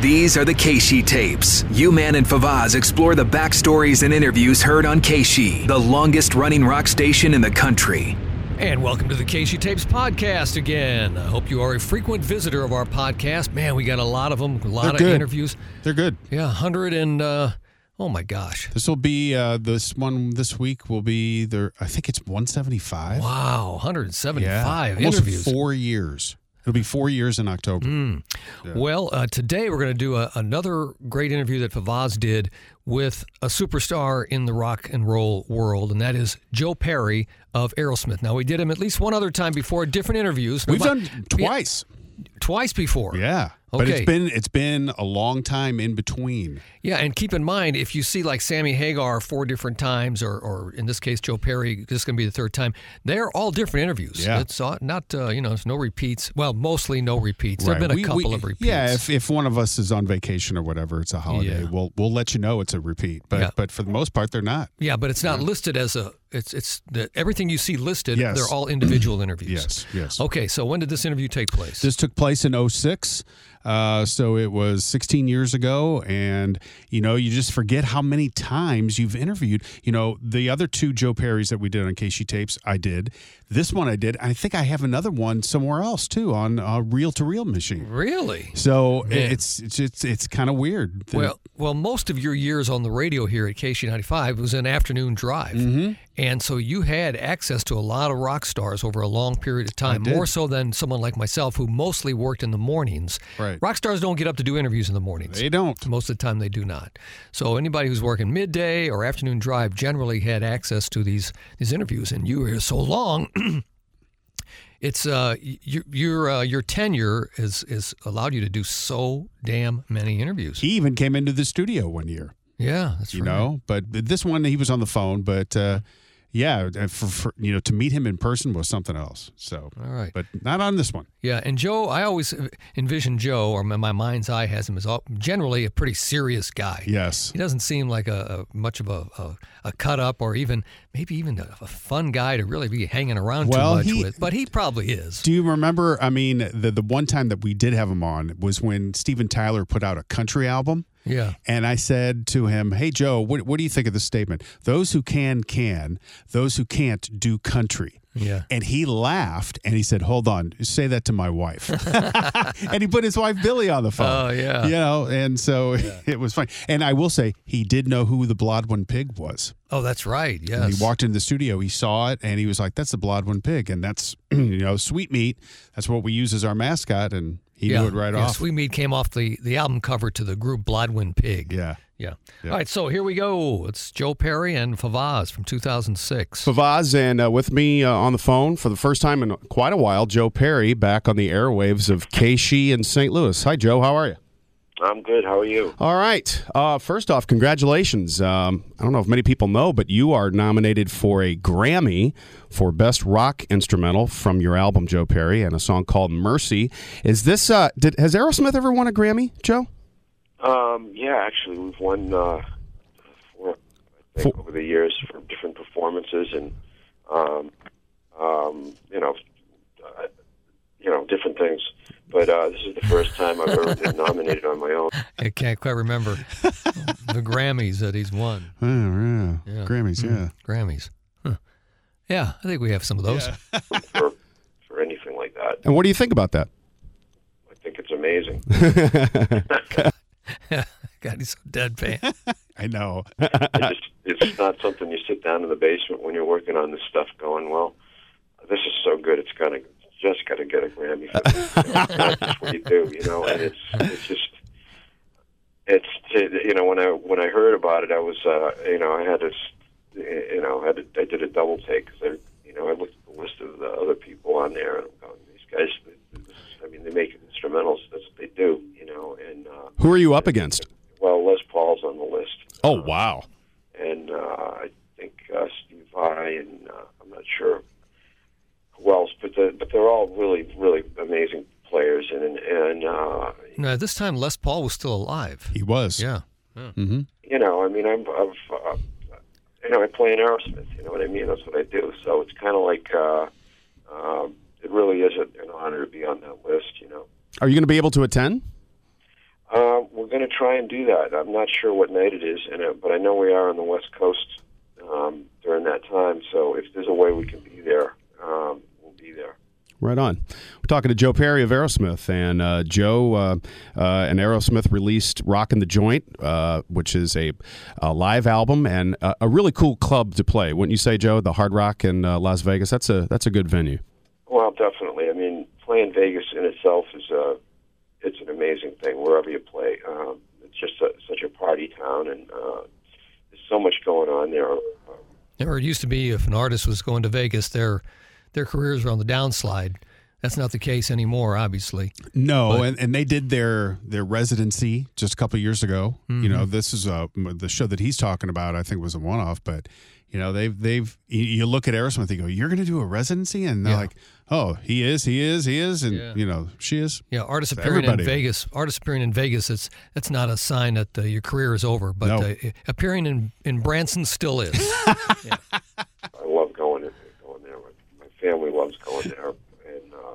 These are the Keishi tapes. You, Man, and Favaz explore the backstories and interviews heard on Keishi, the longest running rock station in the country. And welcome to the Casey Tapes podcast again. I hope you are a frequent visitor of our podcast. Man, we got a lot of them, a lot They're of good. interviews. They're good. Yeah, 100 and uh, oh my gosh. This will be uh, this one this week will be there. I think it's 175. Wow, 175 almost interviews. Mm. four years. It'll be four years in October. Well, uh, today we're going to do a, another great interview that Favaz did with a superstar in the rock and roll world, and that is Joe Perry of Aerosmith. Now, we did him at least one other time before, different interviews. We've But- done twice. twice before. Yeah. But Okay. it's been it's been a long time in between. Yeah, and keep in mind if you see like Sammy Hagar four different times, or, or in this case Joe Perry, this is going to be the third time. They're all different interviews. Yeah. it's all, not uh, you know, it's no repeats. Well, mostly no repeats. There've Right. been a We- couple we- of repeats. Yeah, if, if one of us is on vacation or whatever, it's a holiday. Yeah. We'll we'll let you know it's a repeat. But Yeah. but for the most part, they're not. Yeah, but it's not listed as a. It's it's the, everything you see listed. Yes. They're all individual interviews. Yes. Yes. Okay, so when did this interview take place? This took place in 06. Uh, so it was 16 years ago. And, you know, you just forget how many times you've interviewed. You know, the other two Joe Perry's that we did on Casey Tapes, I did. This one I did. I think I have another one somewhere else, too, on a reel to reel machine. really? So Yeah. it's it's it's, it's kind of weird. that- Well, well, most of your years on the radio here at KC95 was an afternoon drive. Mm-hmm. And so you had access to a lot of rock stars over a long period of time, did. more so than someone like myself who mostly worked in the mornings. Right. Rock stars don't get up to do interviews in the mornings. they don't. Most of the time, they do not. So anybody who's working midday or afternoon drive generally had access to these these interviews, and you were here so long. It's uh y- your your uh, your tenure has is allowed you to do so damn many interviews. He even came into the studio one year. yeah, that's you right. know. But this one, he was on the phone. But uh, yeah, uh, for, for you know, to meet him in person was something else. So, All right. but not on this one. Yeah, and Joe, I always envision Joe, or my- my mind's eye has him as all, generally a pretty serious guy. Yes, He doesn't seem like a, a much of a, a, a cut up, or even maybe even a, a fun guy to really be hanging around Well, too much he- with. But he probably is. Do you remember? I mean, the the one time that we did have him on was when Steven Tyler put out a country album, Yeah. and I said to him, "Hey Joe, what what do you think of this statement? Those who can can, those who can't do country." Yeah. And he laughed and he said, "Hold on, say that to my wife." and he put his wife Billy on the phone. Oh, yeah. you know, and so it was funny. And I will say, he did know who the Blodwin pig was. Oh, that's right. Yes. He walked into the studio, he saw it, and he was like, "That's the Blodwin pig, and that's you know sweet meat. That's what we use as our mascot." And he yeah. knew it right yeah, off. Sweet Meat came off the, the album cover to the group Bloodwind Pig. Yeah, Yeah. All right, so here we go. It's Joe Perry and Favaz from 2006. Favaz, and uh, with me uh, on the phone for the first time in quite a while, Joe Perry, back on the airwaves of KC in St. Louis. Hi, Joe. How are you? I'm good. How are you? All right. Uh, first off, congratulations. Um, I don't know if many people know, but you are nominated for a Grammy for Best Rock Instrumental from your album, Joe Perry, and a song called "Mercy." Is this? Uh, did has Aerosmith ever won a Grammy, Joe? Um, yeah, actually, we've won uh, four, I think, Four- over the years for different performances and um, um, you know, uh, you know, different things. But uh, this is the first time I've ever been nominated on my own. I can't quite remember the Grammys that he's won. Oh, yeah. Grammys, Mm-hmm. yeah. Grammys. Huh. Yeah, I think we have some of those. for for anything like that. And what do you think about that? I think it's amazing. God, he's so deadpan. I know. It just, it's just not something you sit down in the basement when you're working on this stuff. Going well, this is so good. It's gonna just gotta get a Grammy for this. You know, that's just what you do, you know. And it's it's just it's you know when I when I heard about it, I was uh, you know I had to s- you know I, had to, I did a double take because I you know I looked at the list of the other people on there and I'm going these guys. I mean, they make instrumentals. That's what they do, you know. And uh, Who are you up against? well, Les Paul's on the list Oh, wow. and uh, I think uh, Steve Vai, and uh, I'm not sure who else, but the, but they're all really really amazing players, and and, and uh, no, this time Les Paul was still alive. He was. Yeah. you know, I mean, I'm I've uh, you know I play in Aerosmith, you know what I mean? That's what I do. So it's kind of like uh, um, it really is a, an honor to be on that list, you know. Are you going to be able to attend? Um, going to try and do that. I'm not sure what night it is, and uh, but I know we are on the West Coast um, during that time. So if there's a way we can be there, um, we'll be there. Right on. We're talking to Joe Perry of Aerosmith, and uh, Joe uh, uh, and Aerosmith released "Rockin' the Joint," uh, which is a, a live album and a, a really cool club to play, wouldn't you say, Joe? The Hard Rock in uh, Las Vegas. That's a that's a good venue. Well, definitely. I mean, playing Vegas in itself is a it's an amazing thing wherever you play. Um, it's just a, such a party town, and uh, there's so much going on there. uh, Remember, it used to be if an artist was going to Vegas, their their careers were on the downslide. That's not the case anymore, obviously. No, and, and they did their their residency just a couple of years ago. You know, this is a, the show that he's talking about. I think was a one off, but you know they've they've you- you look at Aerosmith, you go, you're going to do a residency, and they're Yeah. like, oh, he is, he is, he is, and you know she is. Yeah, artists appearing everybody. in Vegas. Artists appearing in Vegas. It's that's not a sign that uh, your career is over, but No. uh, appearing in in Branson still is. I love going in, going there. My, my family loves going there, and uh,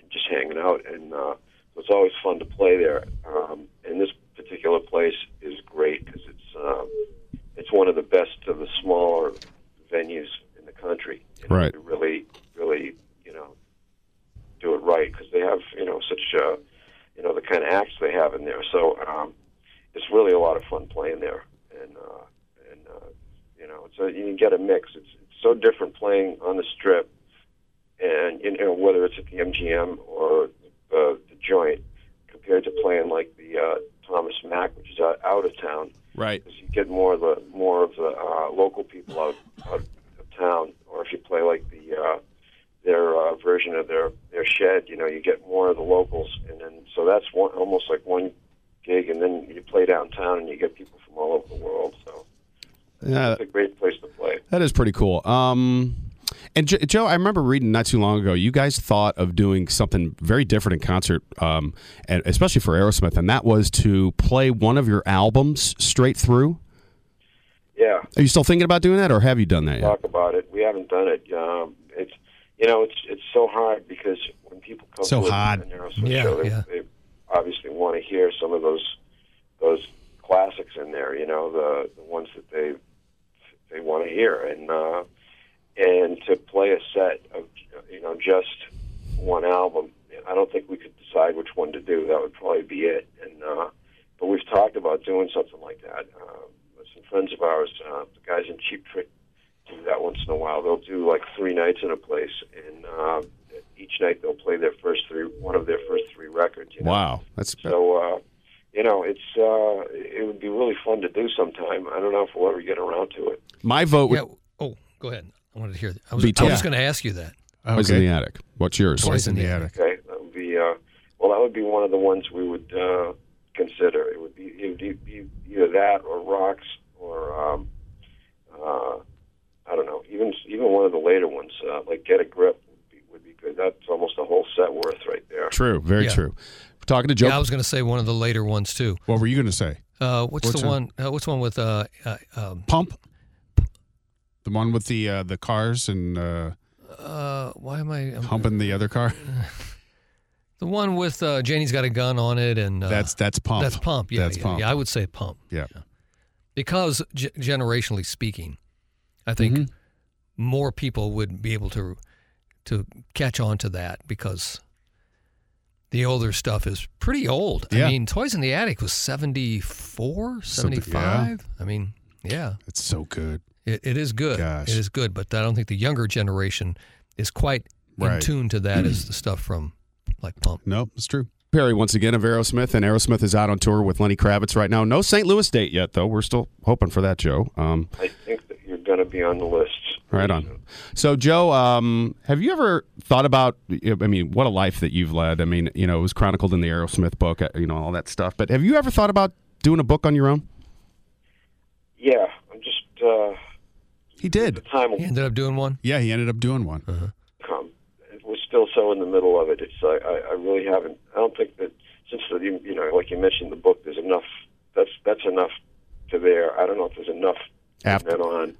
and just hanging out. And uh, so it's always fun to play there. Um, and this particular place is great because it's um, it's one of the best of the smaller venues in the country. You know, Right. to really, really, you know, do it right because they have you know such uh, you know the kind of acts they have in there. So um, it's really a lot of fun playing there, and uh, and uh, you know, so you can get a mix. It's, it's so different playing on the strip, and you know whether it's at the MGM or uh, the joint, compared to playing like the uh, Thomas Mack, which is out, out of town. Right. 'Cause you get more of the more of the uh, local people out, out of town, or if you play like the uh, their uh, version of their their shed, you know, you get more of the locals, and then so that's one almost like one gig, and then you play downtown and you get people from all over the world. So Yeah, it's a great place to play. that is pretty cool. Um, and Jo Joe, I remember reading not too long ago, you guys thought of doing something very different in concert, um, and especially for Aerosmith, and that was to play one of your albums straight through. Yeah. Are you still thinking about doing that, or have you done that yet? talk about it. We haven't done it. Um, it's you know, it's it's so hard because when people come So to hard. a Aerosmith Yeah, show, they, yeah. they obviously want to hear some of those those classics in there. You know, the the ones that they they want to hear, and uh, and to play a set of you know just one album. I don't think we could decide which one to do. That would probably be it. And uh, but we've talked about doing something like that. Um, some friends of ours, uh, the guys in Cheap Trick, do that once in a while. They'll do like three nights in a place, and uh, each night they'll play their first three, one of their first three records. You know? Wow, that's So uh, you know, it's uh, it would be really fun to do sometime. I don't know if we'll ever get around to it. my vote. yeah. Oh, go ahead. I wanted to hear that. I was, Be I was tough. going to ask you that. was in the attic. What's yours? Toys in the attic. Okay, that would be uh, well. That would be one of the ones we would uh, consider. It would be it would be either that or rocks or um, uh, I don't know. Even even one of the later ones uh, like get a grip would be, would be good. That's almost a whole set worth right there. True, very Yeah. true. We're talking to Joe. Yeah, I was going to say one of the later ones too. What were you going to say? Uh, what's, What's the that? one? Uh, what's one with uh, uh, um, Pump. The one with the uh, the cars and uh, uh, why am I um, humping the other car. the one with uh, Janie's got a gun on it and uh, That's that's pump. that's pump. Yeah, that's yeah, pump. yeah. I would say pump. Yeah. because g- generationally speaking, I think Mm-hmm. more people would be able to to catch on to that because the older stuff is pretty old. Yeah. I mean, Toys in the Attic was 74, Something, yeah. 75. I mean, yeah, It's so good. it, it is good. Gosh. It is good, but I don't think the younger generation is quite in Right. tune to that as the stuff from like Pump. Nope, it's true. Perry once again of Aerosmith, and Aerosmith is out on tour with Lenny Kravitz right now. No St. Louis date yet, though. We're still hoping for that, Joe. Um, I think that you're going to be on the list. right on. So, Joe, um, have you ever thought about? I mean, what a life that you've led. I mean, you know, it was chronicled in the Aerosmith book, uh, you know, all that stuff. But have you ever thought about doing a book on your own? Yeah, I'm just uh, He did. time will He ended up doing one. Yeah, he ended up doing one. come. We're still so in the middle of it. It's I, I, I really haven't. I don't think that since the, you, you know, like you mentioned, the book. There's enough. That's that's enough to there. I don't know if there's enough from After- then on,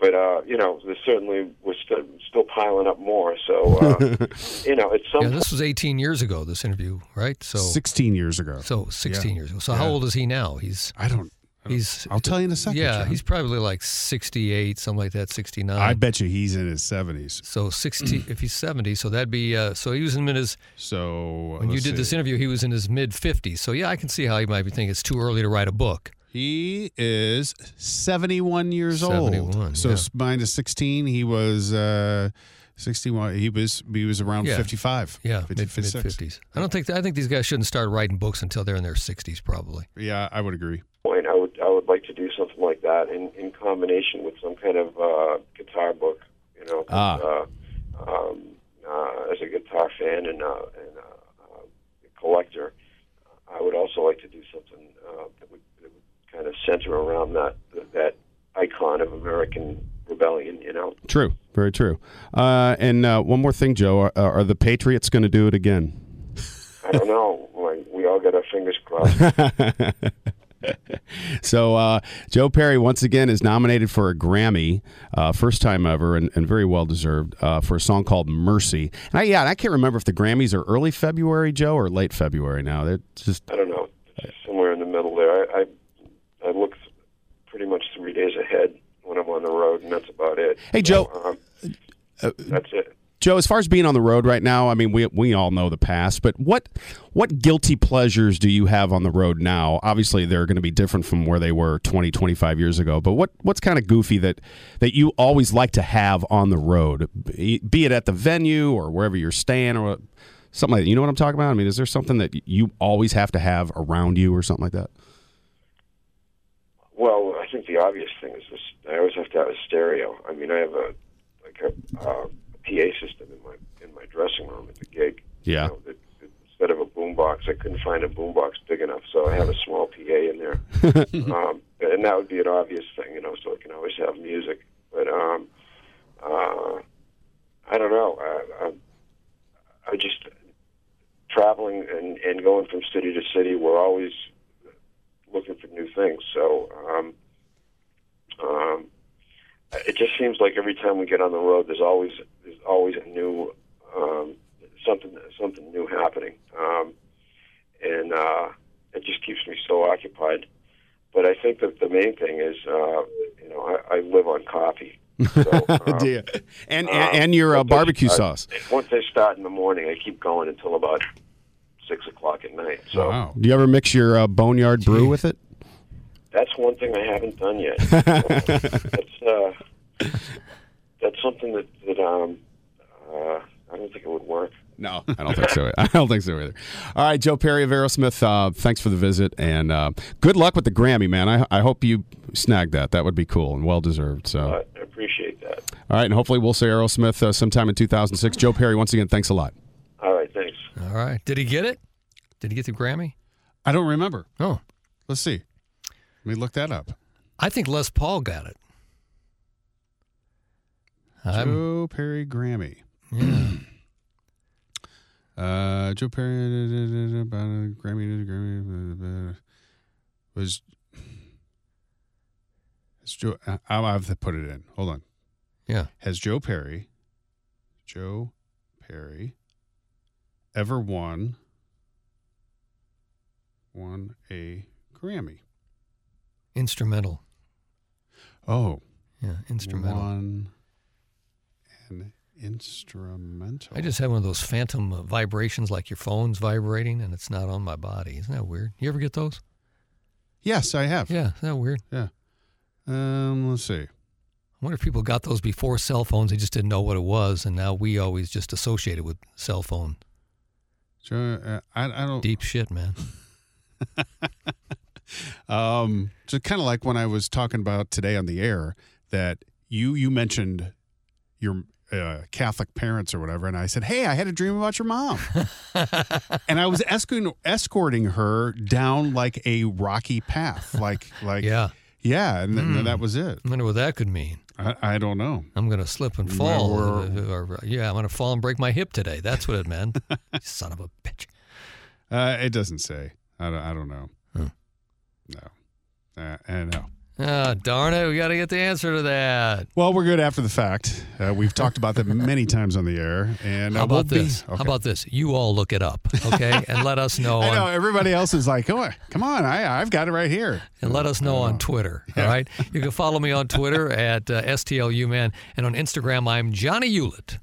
but uh, you know, there's certainly we're still still piling up more. So uh, you know, at some Yeah, this was 18 years ago. This interview, right? So, 16 years ago. so 16 Yeah. years ago. So, how old is he now? He's I don't. he's. I'll tell you in a second. yeah, John. he's probably like 68, something like that, 69. I bet you he's in his 70s. so 60, if he's 70, so that'd be. Uh, so he was in his. So When you let's did this see. interview, he was in his mid 50s. So yeah, I can see how he might be thinking it's too early to write a book. he is 71 years old. 71, So yeah. s- minus 16, he was uh, 61. He was he was around Yeah. 55. Yeah, 50, mid 56. fifties. I don't think I think these guys shouldn't start writing books until they're in their sixties, probably. Yeah, I would agree. point, I would I would like to do something like that in in combination with some kind of uh, guitar book, you know, 'cause, uh, um, uh, as a guitar fan and uh, and uh, uh, collector, I would also like to do something uh, that would that would kind of center around that that icon of American rebellion, you know. True. Very true. Uh, and uh, one more thing, Joe. Are, are the Patriots going to do it again? I don't know. Like, we all got our fingers crossed. So uh, Joe Perry once again is nominated for a Grammy, uh, first time ever, and, and very well deserved uh, for a song called "Mercy." And I, yeah, and I can't remember if the Grammys are early February, Joe, or late February. Now they're just I don't know, somewhere in the middle there. I I, I look pretty much three days ahead when I'm on the road, and that's about it. Hey, Joe. um, that's it. Joe. As far as being on the road right now, I mean, we we all know the past, but what what guilty pleasures do you have on the road now? Obviously, they're going to be different from where they were 20, 25 years ago. But what what's kind of goofy that that you always like to have on the road, be, be it at the venue or wherever you're staying or what- something like that. You know what I'm talking about? I mean, is there something that you always have to have around you or something like that? Well, I think the obvious thing is this: I always have to have a stereo. I mean, I have a like a, uh, a PA system in my in my dressing room at the gig. Yeah. You know, that, that instead of a boombox, I couldn't find a boombox big enough, so I have a small PA in there, um, and that would be an obvious thing, you know. So I can always have music, but um, uh, I don't know. I, I, I just traveling and and going from city to city. We're always looking for new things. So um, um, it just seems like every time we get on the road, there's always there's always a new um, something something new happening, um, and uh, it just keeps me so occupied. But I think that the main thing is, uh, you know, I, I live on coffee. So, um, Yeah. And, and and your uh, barbecue I- sauce. Once I start in the morning, I keep going until about six o'clock at night. So Wow. Do you ever mix your uh, boneyard brew with it? that's one thing I haven't done yet. that's uh, that's something that that um, uh, I don't think it would work. No, I don't think so. I don't think so either. All right, Joe Perry of Aerosmith, uh, thanks for the visit and uh, good luck with the Grammy, man. I, I hope you snag that. That would be cool and well deserved. So, all But I appreciate that. right, and hopefully we'll see Aerosmith uh, sometime in 2006. Joe Perry, once again, thanks a lot. All right, thanks. All right. Did he get it? Did he get the Grammy? I don't remember. Oh, Let's see. Let me look that up. I think Les Paul got it. I'm, Joe Perry Grammy. yeah. Uh, Joe Perry uh, Grammy Grammy uh, was. It's Joe, I- I'll have to put it in. Hold on. yeah. Has Joe Perry, Joe Perry, ever won won a Grammy? Instrumental. Oh, Yeah. Instrumental. Won an instrumental. I just had one of those phantom uh, vibrations, like your phone's vibrating, and it's not on my body. Isn't that weird? You ever get those? yes, I have. Yeah, isn't that weird? Yeah. Um, let's see. I wonder if people got those before cell phones. They just didn't know what it was, and now we always just associate it with cell phone. Joe, uh, I, I don't. Deep shit, man. Um, so kind of like when I was talking about today on the air that you you mentioned your uh, Catholic parents or whatever, and I said, "Hey, I had a dream about your mom," and I was escorting escorting her down like a rocky path, like like Yeah. Hmm. yeah, and then that was it. I wonder what that could mean. I, I don't know. I'm going to slip and fall. Or- Or- yeah, I'm going to fall and break my hip today. That's what it meant. Son of a bitch. Hmm. Uh, it doesn't say. I don't, I don't know. No, uh, I know. Ah, darn it, we got to get the answer to that. Well, we're good after the fact. Uh, we've talked about that many times on the air. And uh, How we'll about be- this? How Okay. about this? You all look it up, okay, and let us know. I know on, everybody else is like, come on, come on, I, I've got it right here. and let us know on Twitter. All right, you can follow me on Twitter at uh, stluman, and on Instagram I'm Johnny Hewlett.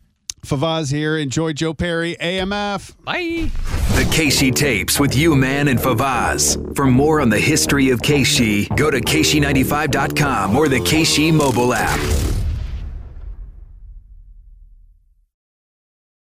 Favaz here. Enjoy Joe Perry, AMF. Bye. The Keishi tapes with you, man, and Favaz. For more on the history of Keishi, go to Keishi95.com or the Keishi mobile app.